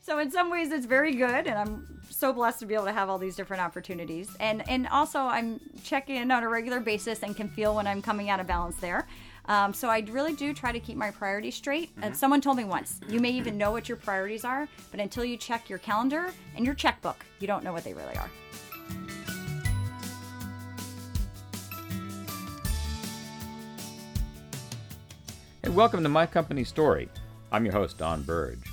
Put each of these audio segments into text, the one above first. So in some ways, it's very good, and I'm so blessed to be able to have all these different opportunities. And and also, I'm checking in on a regular basis and can feel when I'm coming out of balance there. Um, so I really do try to keep my priorities straight. And someone told me once, you may even know what your priorities are, but until you check your calendar and your checkbook, you don't know what they really are. Hey, welcome to My Company Story. I'm your host, Don Burge.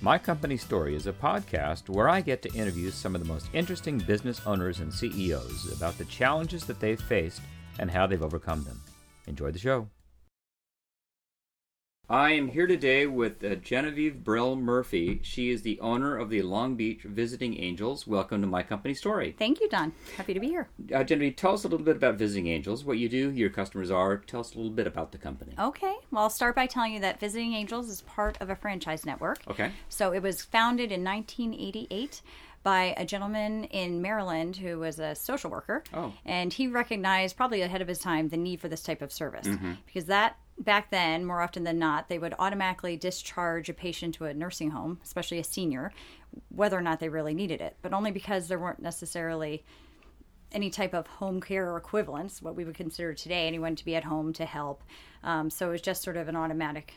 My Company Story is a podcast where I get to interview some of the most interesting business owners and CEOs about the challenges that they've faced and how they've overcome them. Enjoy the show. I am here today with uh, Genevieve Brill Murphy. She is the owner of the Long Beach Visiting Angels. Welcome to My Company Story. Thank you, Don. Happy to be here. Uh, Genevieve, tell us a little bit about Visiting Angels, what you do, who your customers are. Tell us a little bit about the company. Okay. Well, I'll start by telling you that Visiting Angels is part of a franchise network. Okay. So it was founded in 1988 by a gentleman in Maryland who was a social worker. Oh. And he recognized, probably ahead of his time, the need for this type of service because that back then more often than not they would automatically discharge a patient to a nursing home especially a senior whether or not they really needed it but only because there weren't necessarily any type of home care or equivalents, what we would consider today anyone to be at home to help. Um, so it was just sort of an automatic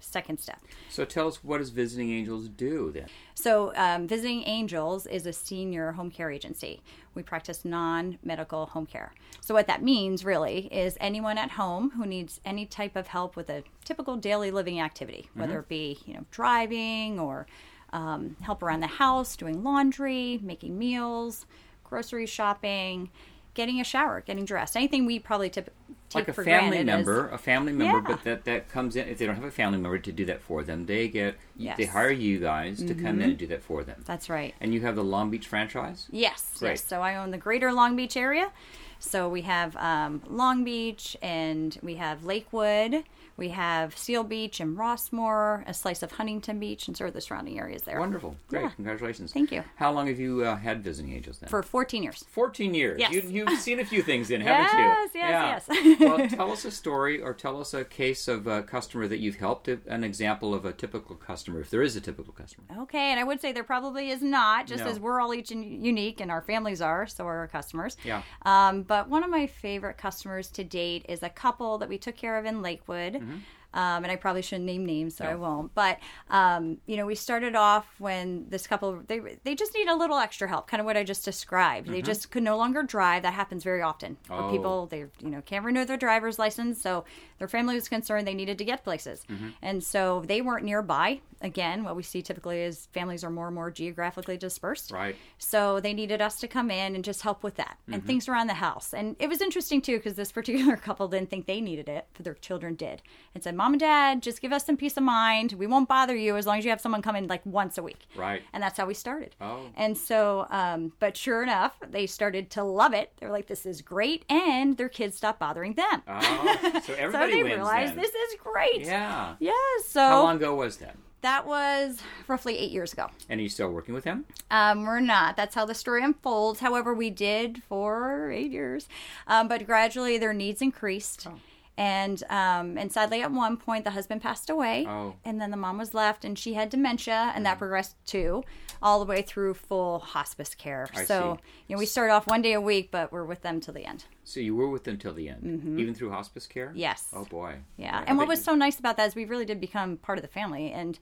second step. So tell us what does Visiting Angels do then? So um, Visiting Angels is a senior home care agency. We practice non medical home care. So what that means really is anyone at home who needs any type of help with a typical daily living activity, whether Mm-hmm. it be you know driving or um, help around the house, doing laundry, making meals, grocery shopping, getting a shower, getting dressed, anything we probably typ- take like a for family granted is- member, a family member, Yeah. but that that comes in if they don't have a family member to do that for them, they get they Yes. Mm-hmm. hire you guys to come in and do that for them. That's right. and you have the Long Beach franchise. Yes, Great. yes. So I own the greater Long Beach area. So we have um, Long Beach and we have Lakewood. We have Seal Beach and Rossmore, a slice of Huntington Beach, and sort of the surrounding areas there. Wonderful, great, Yeah. congratulations. Thank you. How long have you uh, had Visiting Angels then? For 14 years. fourteen years. Yes. You, you've seen a few things then, haven't you? Yes, yes, Yeah. yes. well, tell us a story or tell us a case of a customer that you've helped. if- An example of a typical customer, if there is a typical customer. Okay, and I would say there probably is not, just No. as we're all each un- unique and our families are, so are our customers. Yeah. Um, but one of my favorite customers to date is a couple that we took care of in Lakewood. Mm-hmm. Um, and I probably shouldn't name names, so I won't. But um, you know, we started off when this couple they they just need a little extra help, kind of what I just described. Mm-hmm. They just could no longer drive. That happens very often. where Oh. People they you know can't renew their driver's license so their family was concerned they needed to get places and so they weren't nearby again what we see typically is families are more and more geographically dispersed Right. so they needed us to come in and just help with that and things around the house and it was interesting too because this particular couple didn't think they needed it but their children did and said mom and dad just give us some peace of mind we won't bother you as long as you have someone come in like once a week Right. and that's how we started. Oh. And so, um, but sure enough, they started to love it. They're like, this is great. And their kids stopped bothering them. Oh, so so everybody they wins realized then. this is great. Yeah. Yeah, How so long ago was that? that was roughly eight years ago. And are you still working with him? Um, we're not. That's how the story unfolds. However, we did for eight years, um, but gradually their needs increased. Oh. And um, and sadly, at one point, the husband passed away, Oh. Mm-hmm. and then the mom was left, and she had dementia, and that progressed too, all the way through full hospice care. I so see. you know, we start off one day a week, but we're with them till the end. So you were with them till the end, even through hospice care. Mm-hmm. Yes. Oh boy. Yeah. I and what bet was you- so nice about that is we really did become part of the family. And,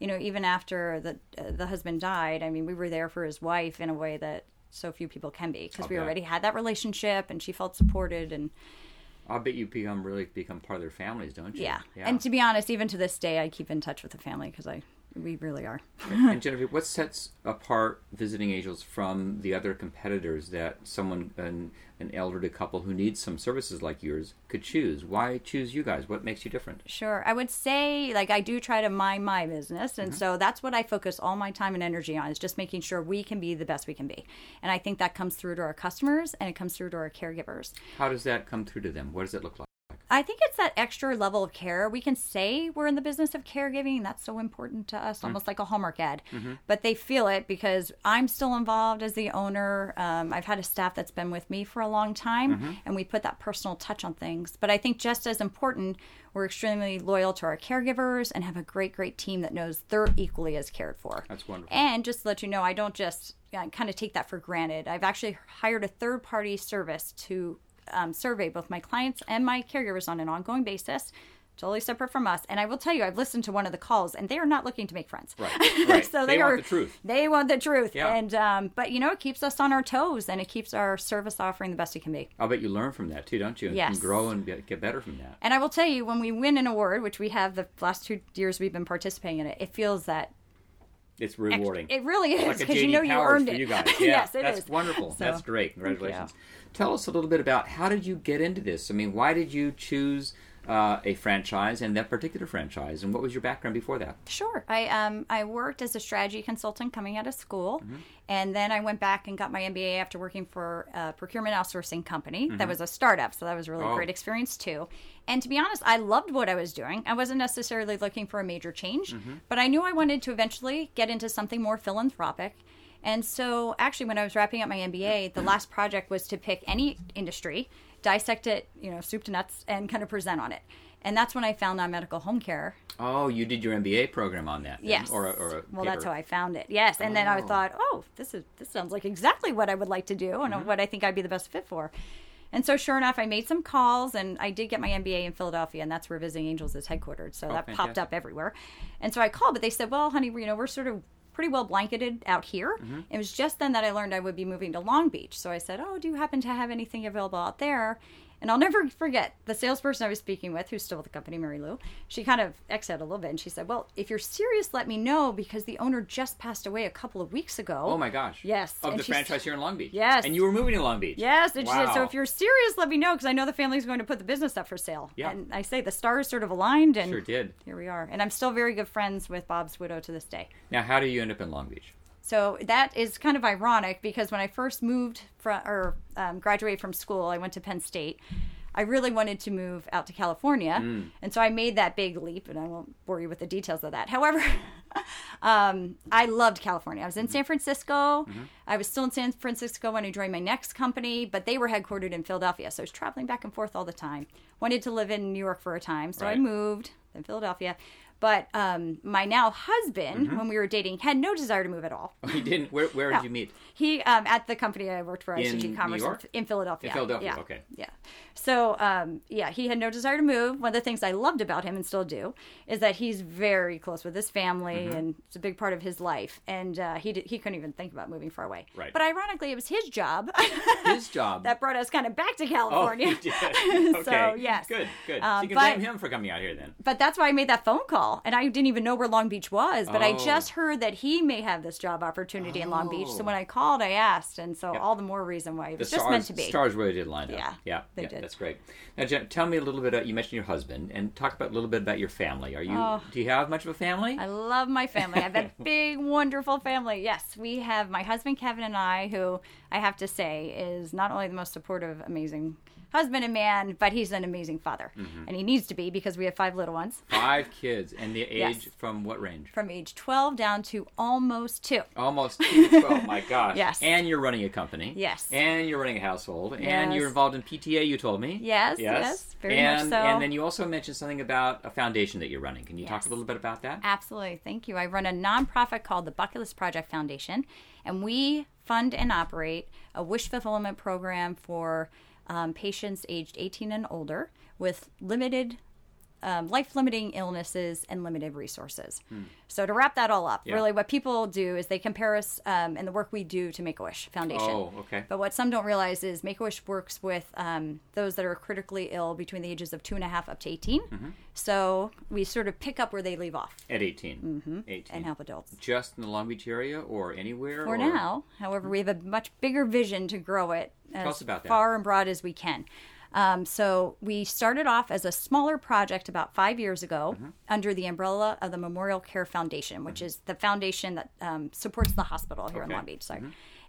you know, even after the, uh, the husband died, I mean, we were there for his wife in a way that so few people can be because we Okay. already had that relationship and she felt supported. And I bet you become really become part of their families, don't you? yeah. Yeah. And to be honest, even to this day, I keep in touch with the family because I, we really are. and Jennifer, what sets apart Visiting Angels from the other competitors that someone, an, an elderly couple who needs some services like yours, could choose? Why choose you guys? What makes you different? Sure. I would say, like, I do try to mind my business. And so that's what I focus all my time and energy on is just making sure we can be the best we can be. And I think that comes through to our customers and it comes through to our caregivers. How does that come through to them? What does it look like? I think it's that extra level of care. We can say we're in the business of caregiving. That's so important to Mm. us, almost like a Hallmark ad. Mm-hmm. But they feel it because I'm still involved as the owner. Um, I've had a staff that's been with me for a long time, Mm-hmm. and we put that personal touch on things. But I think just as important, we're extremely loyal to our caregivers and have a great, great team that knows they're equally as cared for. That's wonderful. And just to let you know, I don't just uh, kind of take that for granted. I've actually hired a third party service to um, survey both my clients and my caregivers on an ongoing basis, totally separate from us. And I will tell you, I've listened to one of the calls, and they are not looking to make friends. Right, right. so They they, want are the truth. They want the truth. Yeah. And um, but you know, it keeps us on our toes, and it keeps our service offering the best it can be. I'll bet you learn from that too, don't you? And Yes. can grow and get, get better from that. And I will tell you, when we win an award, which we have the last two years we've been participating in it, it feels that It's rewarding. it really is like a because JD you know you Powers earned for it. you guys. Yeah, yes, it is. that's wonderful. So, that's great. Congratulations. Tell us a little bit about how did you get into this? I mean, why did you choose uh, a franchise and that particular franchise, and what was your background before that? Sure. I um I worked as a strategy consultant coming out of school, and then I went back and got my MBA after working for a procurement outsourcing company that was a startup. So that was a really Oh. great experience too. And to be honest, I loved what I was doing. I wasn't necessarily looking for a major change, but I knew I wanted to eventually get into something more philanthropic. And so, actually, when I was wrapping up my MBA, the last project was to pick any industry, dissect it, you know, soup to nuts, and kind of present on it. And that's when I found non medical home care. Oh, you did your MBA program on that. then? Yes. Or, a- or a well, that's paper. how I found it. Yes, and then I Oh. thought, oh, this is this sounds like exactly what I would like to do and Mm-hmm. what I think I'd be the best fit for. And so, sure enough, I made some calls, and I did get my MBA in Philadelphia, and that's where Visiting Angels is headquartered. Oh, So that popped fantastic. up everywhere. And so I called, but they said, well, honey, you know, we're sort of pretty well blanketed out here. Mm-hmm. It was just then that I learned I would be moving to Long Beach. So I said, oh, do you happen to have anything available out there? And I'll never forget the salesperson I was speaking with, who's still with the company, Mary Lou. She kind of exhaled a little bit and she said, Well, if you're serious, let me know because the owner just passed away a couple of weeks ago. Oh my gosh. Yes, Of and the she's- franchise here in Long Beach. Yes. And you were moving to Long Beach. Yes, and she said, "So Wow. if you're serious, let me know because I know the family's going to put the business up for sale." Yeah. And I say the stars sort of aligned, and Sure did. here we are. And I'm still very good friends with Bob's widow to this day. Now, how do you end up in Long Beach? So that is kind of ironic because when I first moved from or um, graduated from school, I went to Penn State. I really wanted to move out to California, and so I made that big leap. And I won't bore you with the details of that. However, um, I loved California. I was in San Francisco. I was still in San Francisco when I joined my next company, but they were headquartered in Philadelphia, so I was traveling back and forth all the time. Wanted to live in New York for a time, so I Right. moved then Philadelphia. But um, my now husband, when we were dating, had no desire to move at all. You didn't. Where, where did you meet? Oh. He um, at the company I worked for, ICG New Commerce in- York? in Philadelphia. In Philadelphia, Yeah. okay. Yeah. So um, yeah, he had no desire to move. One of the things I loved about him and still do is that he's very close with his family, Mm-hmm. and it's a big part of his life. And uh, he did, he couldn't even think about moving far away. Right. But ironically, it was his job His job. that brought us kind of back to oh, California. you did. Okay. So, yes. Good. Good. so Um, you can but- blame him for coming out here then. But that's why I made that phone call, and I didn't even know where Long Beach was. But I Oh. just heard that he may have this job opportunity in Long Beach. Oh. So when I called, I asked, and so all the more reason why it The was stars, just meant to be. stars really did line up. Yeah, yeah, they yeah, did. That's great. Now, Jen, tell me a little bit. About, you mentioned your husband, and talk about a little bit about your family. Are you? Oh. Do you have much of a family? I love my family. I have a big, wonderful family. Yes, we have my husband Kevin and I, who I have to say is not only the most supportive, amazing husband and man, but he's an amazing father, and he needs to be because we have five little ones Five kids, and the Yes. age from what range? from age 12 down to almost two. Almost two to twelve. my gosh. Yes. And you're running a company. Yes. And you're running a household. And Yes. you're involved in PTA. You told me. Yes, yes, very much and, so. And then you also mentioned something about a foundation that you're running. Can you talk a Yes. little bit about that? Absolutely. Thank you. I run a nonprofit called the Bucket List Project Foundation, and we fund and operate a wish fulfillment program for um, patients aged 18 and older with limited. Um, life limiting illnesses and limited resources. Hmm. So, to wrap that all up, really what people do is they compare us um, and the work we do to Make a Wish Foundation. Oh, okay. But what some don't realize is Make a Wish works with um, those that are critically ill between the ages of two and a half up to 18. Mm-hmm. So, we sort of pick up where they leave off At 18. Mm-hmm. 18. and help adults. Just in the Long Beach area, or anywhere? For or... now, however, we have a much bigger vision to grow it as us about that. far and broad as we can. Um, so we started off as a smaller project about five years ago Mm-hmm. under the umbrella of the Memorial Care Foundation, which is the foundation that um, supports the hospital here Okay. Mm-hmm. in Long Beach. Sorry.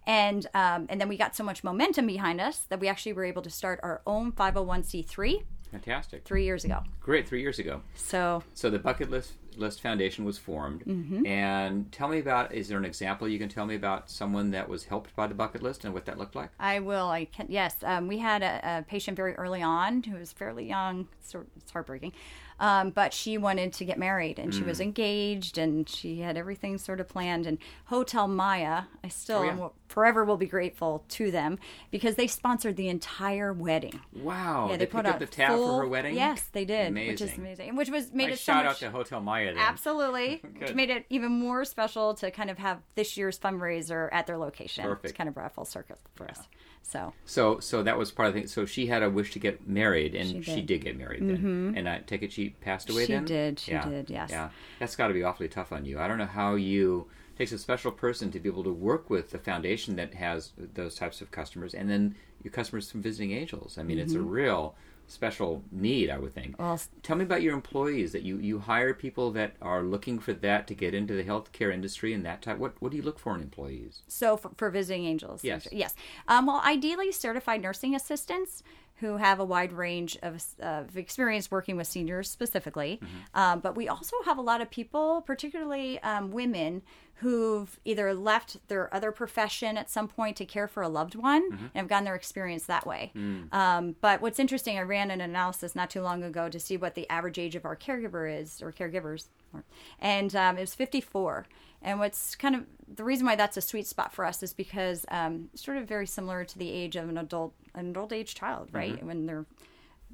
And oh um, and then we got so much momentum behind us that we actually were able to start our own 501c3 Fantastic. three years ago. Great. Three years ago. So So the Bucket List List Foundation was formed, Mm-hmm. and tell me about. Is there an example you can tell me about someone that was helped by the Bucket List and what that looked like? I will. I can. Yes, um, we had a, a patient very early on who was fairly young. So it's heartbreaking, um, but she wanted to get married and she Mm. was engaged and she had everything sort of planned. And Hotel Maya, I still Oh, yeah. am will- forever will be grateful to them because they sponsored the entire wedding. Wow. yeah, they, put picked out up the tab full- for her wedding. Yes, they did, which is Amazing. amazing, which was made Nice it so shout much, out to Hotel Maya. Then. Absolutely. Which Good. made it even more special to kind of have this year's fundraiser at their location. It's Perfect. kind of brought full circle for us. So So, so that was part of the. So she had a wish to get married, and she She did, did. Mm-hmm. get married. Then, and I take it she passed away. She then did, she did, yes. Yeah. That's got to be awfully tough on you. I don't know how you takes a special person to be able to work with the foundation that has those types of customers, and then your customers from visiting angels. I mean, it's Mm-hmm. a real special need, I would think. Well, s- Tell me about your employees that you you hire people that are looking for that to get into the healthcare industry and that type. What what do you look for in employees? So for, for visiting angels, Yes. yes. Um, well, ideally, certified nursing assistants who have a wide range of, of experience working with seniors specifically. Um, but we also have a lot of people, particularly um, women, who've either left their other profession at some point to care for a loved one and have gotten their experience that way. Um, but what's interesting, I ran an analysis not too long ago to see what the average age of our caregiver is or caregivers, or- and um, it was 54. And what's kind of the reason why that's a sweet spot for us is because um, sort of very similar to the age of an adult, an adult age child, right? When they're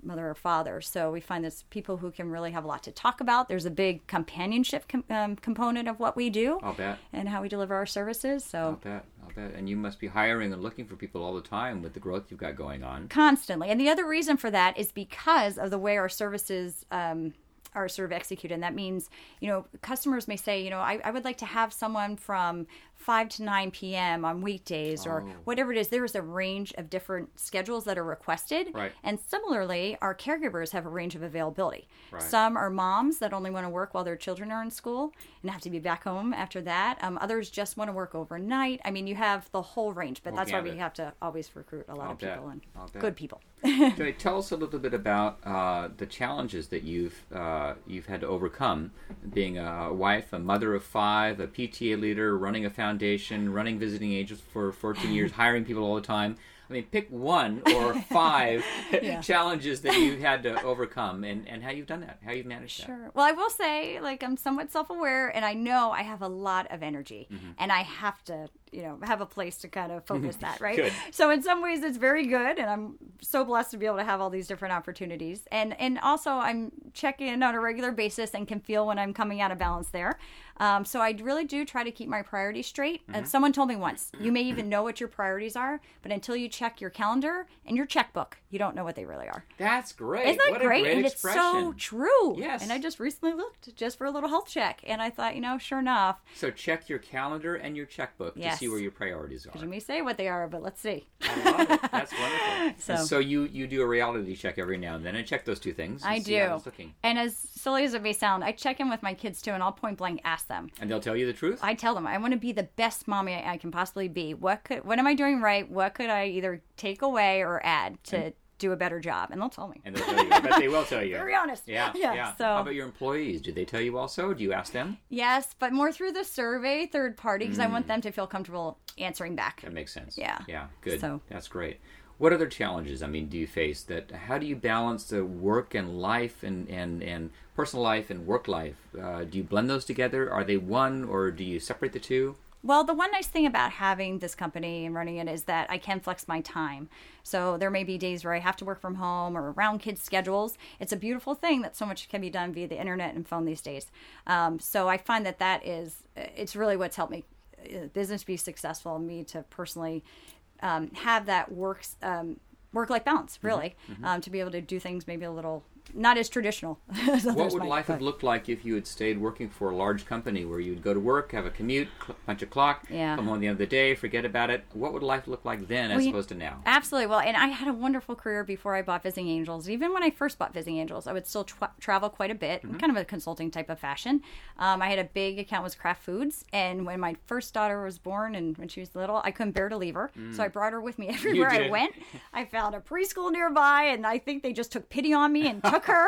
mother or father. So we find that's people who can really have a lot to talk about. There's a big companionship com- um, component of what we do I'll bet. and how we deliver our services. I'll So bet. I'll bet. And you must be hiring and looking for people all the time with the growth you've got going on. constantly. And the other reason for that is because of the way our services um, are sort of executed. And that means, you know, customers may say, you know, I, I would like to have someone from 5 to 9 p.m. on weekdays Oh. or whatever it is. There is a range of different schedules that are requested. Right. And similarly, our caregivers have a range of availability. Right. Some are moms that only want to work while their children are in school and have to be back home after that. Um, others just want to work overnight. I mean, you have the whole range, but Whole that's why we gamut. have to always recruit a lot I'll of people bet. and I'll bet. good people. Joy, tell us a little bit about uh, the challenges that you've uh, you've had to overcome, being a wife, a mother of five, a PTA leader, running a foundation, running visiting angels for 14 years, hiring people all the time. I mean, pick one or five challenges that you've had to overcome, and, and how you've done that, how you've managed that. Sure. Well, I will say, like, I'm somewhat self aware and I know I have a lot of energy Mm-hmm. and I have to, you know, have a place to kind of focus that, right? Good. So, in some ways, it's very good. And I'm so blessed to be able to have all these different opportunities. And, and also, I'm check in on a regular basis and can feel when I'm coming out of balance there. Um, so, I really do try to keep my priorities straight. Mm-hmm. And someone told me once, you may even know what your priorities are, but until you check your calendar and your checkbook, you don't know what they really are. That's great. Isn't that what great? a great and expression. it's so true. Yes. And I just recently looked just for a little health check, and I thought, you know, sure enough, So check your calendar and your checkbook to Yes. see where your priorities are. you may say what they are, but let's see. I love it. That's wonderful. So- So, so you you do a reality check every now and then, and check those two things. and I see how do. it's looking. And as silly as it may sound, I check in with my kids too, and I'll point blank ask them. and they'll tell you the truth. I tell them I want to be the best mommy I can possibly be. What could what am I doing right? What could I either take away or add to do a better job? And they'll tell me. and they'll tell you. I bet they will tell you. Very honest. Yeah, Yeah. yeah. So How about your employees? Do they tell you also? Do you ask them? yes, but more through the survey, third party, because I Mm. want them to feel comfortable answering back. That makes sense. Yeah. Yeah. Good. So- That's great. What other challenges? I mean, do you face that? How do you balance the work and life and and and personal life and work life? Uh, do you blend those together? Are they one or do you separate the two? Well, the one nice thing about having this company and running it is that I can flex my time. So there may be days where I have to work from home or around kids' schedules. It's a beautiful thing that so much can be done via the internet and phone these days. Um, so I find that that is, it's really what's helped me uh, business be successful, me to personally Mm-hmm. um, have that works um, work life balance really um, to be able to do things maybe a little not as traditional. as What others would might, life have but- looked like if you had stayed working for a large company where you'd go to work, have a commute, cl- punch a clock, Yeah. come home the end of the day, forget about it? What would life look like then as Well, you- opposed to now? Absolutely. Well, and I had a wonderful career before I bought Visiting Angels. Even when I first bought Visiting Angels, I would still tw- travel quite a bit, in kind of a consulting type of fashion. Um, I had a big account with Kraft Foods, and when my first daughter was born and when she was little, I couldn't bear to leave her, so I brought her with me everywhere I did. went. I found a preschool nearby, and I think they just took pity on me and took her.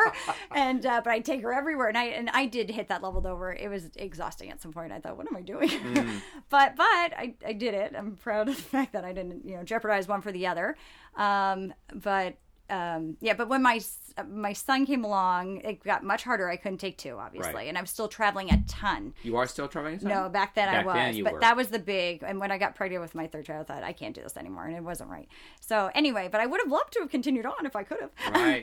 and uh, but I take her everywhere, and I and I did hit that level though where it was exhausting at some point. I thought, what am I doing? but but I, I did it. I'm proud of the fact that I didn't you know jeopardize one for the other. Um, but um, yeah, but when my s- my son came along, it got much harder. I couldn't take two, obviously, Right. and I was still traveling a ton. You are still traveling? some? No, back then I Back was, then you but were. that was the big. And when I got pregnant with my third child, I thought I can't do this anymore, and it wasn't right. So anyway, but I would have loved to have continued on if I could have. Right.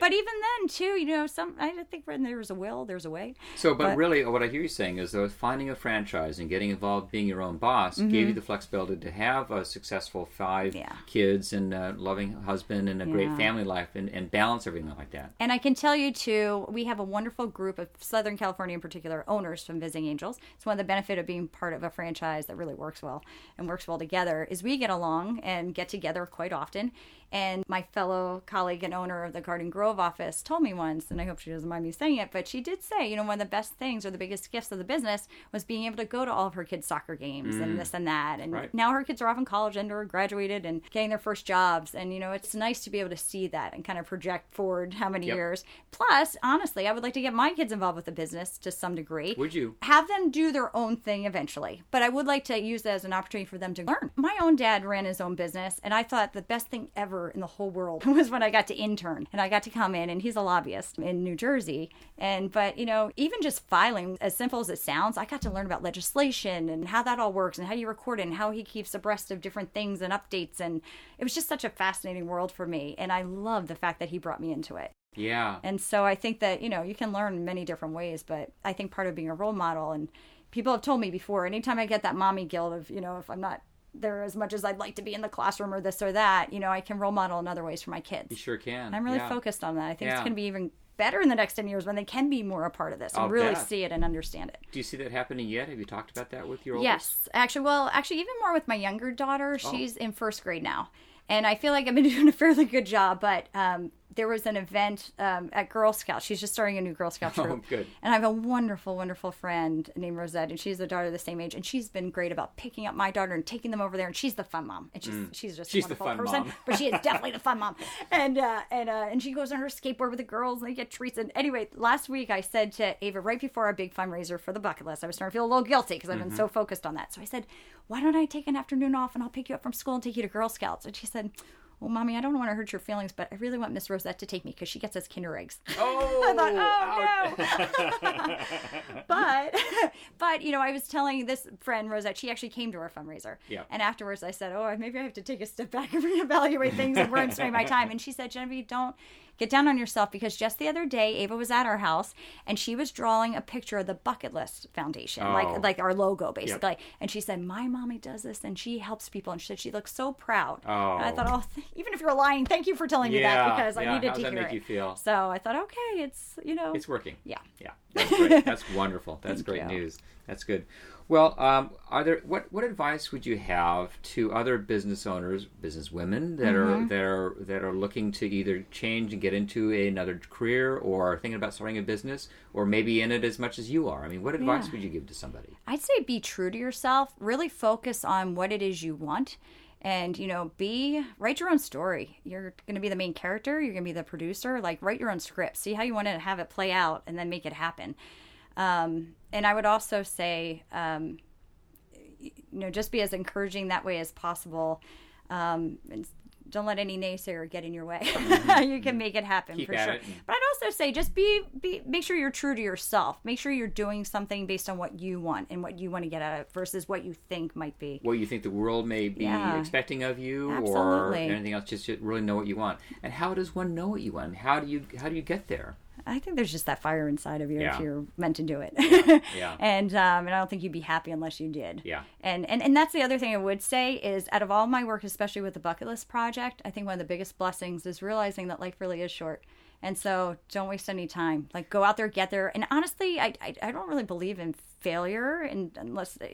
but even then, too, you know, some I don't think when there's a will, there's a way. So, but, But- really, what I hear you saying is though finding a franchise and getting involved, being your own boss, gave you the flexibility to have a successful five Mm-hmm. Yeah. kids and a loving husband and a great Yeah. family life and, and balance everything like that. And I can tell you too, we have a wonderful group of Southern California, in particular, owners from Visiting Angels. It's one of the benefit of being part of a franchise that really works well and works well together is we get along and get together quite often. And my fellow colleague and owner of the Garden Grove office told me once, and I hope she doesn't mind me saying it, but she did say, you know, one of the best things or the biggest gifts of the business was being able to go to all of her kids' soccer games and this and that. And Right. now her kids are off in college and or graduated and getting their first jobs. And you know, it's nice to be able to see that and kind of project forward how many Yep. years. Plus, honestly, I would like to get my kids involved with the business to some degree. Would you? Have them do their own thing eventually. But I would like to use that as an opportunity for them to learn. My own dad ran his own business, and I thought the best thing ever in the whole world was when I got to intern and I got to come in, and he's a lobbyist in New Jersey. And, but, you know, even just filing, as simple as it sounds, I got to learn about legislation and how that all works and how you record it and how he keeps abreast of different things and updates. And it was just such a fascinating world for me. And I love the fact that he brought me into it. Yeah. And so I think that, you know, you can learn many different ways, but I think part of being a role model and people have told me before, anytime I get that mommy guilt of, you know, if I'm not there as much as I'd like to be in the classroom or this or that, you know, I can role model in other ways for my you kids. sure can. I'm really yeah. focused on that. I think it's Yeah. going to be even better in the next 10 years when they can be more a part of this and I'll really bet. see it and understand it. Do you see that happening yet? Have you talked about that with your oldest? Yes, actually, well, actually, even more with my younger daughter. She's in first grade now, and I feel like I've been doing a fairly good job. But um, there was an event um, at Girl Scouts. She's just starting a new Girl Scout troop. good. And I have a wonderful, wonderful friend named Rosette, and she's a daughter the same age, and she's been great about picking up my daughter and taking them over there. And she's the fun mom, and she's she's just She's a the wonderful fun person, mom. but she is definitely the fun mom. And uh, and uh, and she goes on her skateboard with the girls, and they get treats. And anyway, last week I said to Ava right before our big fundraiser for the bucket list, I was starting to feel a little guilty because I've Mm-hmm. been so focused on that. So I said, "Why don't I take an afternoon off and I'll pick you up from school and take you to Girl Scouts?" And she said. Well, mommy, I don't want to hurt your feelings, but I really want Miss Rosette to take me because she gets us Kinder eggs. Oh, I thought, ouch. oh no. but but you know, I was telling this friend Rosette, she actually came to our fundraiser. Yeah. And afterwards I said, Oh, maybe I have to take a step back and reevaluate things and where I'm spending my time. And she said, Genevieve, don't get down on yourself because just the other day Ava was at our house and she was drawing a picture of the bucket list foundation. Oh. Like like our logo basically. And she said, My mommy does this and she helps people and she said she looks so proud. And I Oh. thought, Oh th- even if you're lying, thank you for telling me Yeah, that because yeah. I needed How to does that hear make it. you feel? So I thought, okay, it's you know, It's working. yeah. Yeah, that's great. That's wonderful. That's Thank great you. news. That's good. Well, um, are there what what advice would you have to other business owners, business women that Mm-hmm. are that are that are looking to either change and get into another career, or are thinking about starting a business, or maybe in it as much as you are? I mean, what advice Yeah. would you give to somebody? I'd say be true to yourself. Really focus on what it is you want. And, you know, be, write your own story. You're going to be the main character. You're going to be the producer. Like, write your own script. See how you want to have it play out and then make it happen. Um, and I would also say, um, you know, just be as encouraging that way as possible. Um, and don't let any naysayer get in your way. you can make it happen Mm-hmm. Keep for at sure. it and- But I'd also say just be, be make sure you're true to yourself. Make sure you're doing something based on what you want and what you want to get out of it versus what you think might be. What you think the world may be Yeah. expecting of you, or Absolutely. anything else? Just, just really know what you want. And how does one know what you want? How do you how do you get there? I think there's just that fire inside of you Yeah. if you're meant to do it. yeah. And um, and I don't think you'd be happy unless you did. Yeah. And, and and that's the other thing I would say is out of all my work, especially with the bucket list project, I think one of the biggest blessings is realizing that life really is short And so don't waste any time. Like go out there, get there. And honestly, I, I, I don't really believe in failure and unless uh,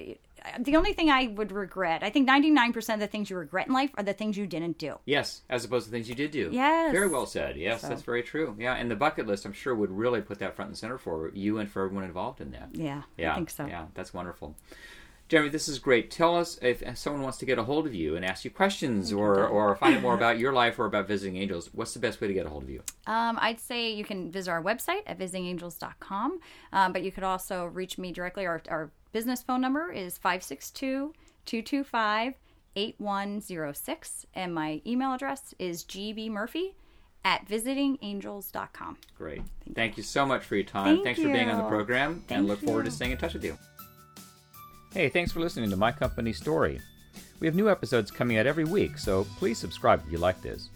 the only thing I would regret, I think 99% of the things you regret in life are the things you didn't do. Yes, as opposed to things you did do. Yes. Very well said. Yes, So- that's very true. Yeah, and the bucket list, I'm sure, would really put that front and center for you and for everyone involved in that. Yeah, Yeah, I think so. Yeah, that's wonderful. Jeremy, this is great. Tell us if if someone wants to get a hold of you and ask you questions or, or find out more about your life or about Visiting Angels, what's the best way to get a hold of you? Um, I'd say you can visit our website at visitingangels.com, um, but you could also reach me directly. Our, our business phone number is 562 225 8106, and my email address is gbmurphy at visitingangels.com. Great. Thank you so much for your time. Thank thanks for being on the you. program and Thank look forward to you. staying in touch with you. Hey, thanks for listening to My Company Story. We have new episodes coming out every week, so please subscribe if you like this.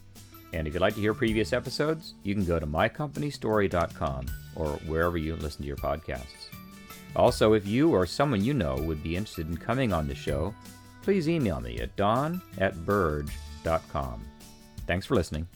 And if you'd like to hear previous episodes, you can go to mycompanystory.com or wherever you listen to your podcasts. Also, if you or someone you know would be interested in coming on the show, please email me at don at burge.com. Thanks for listening.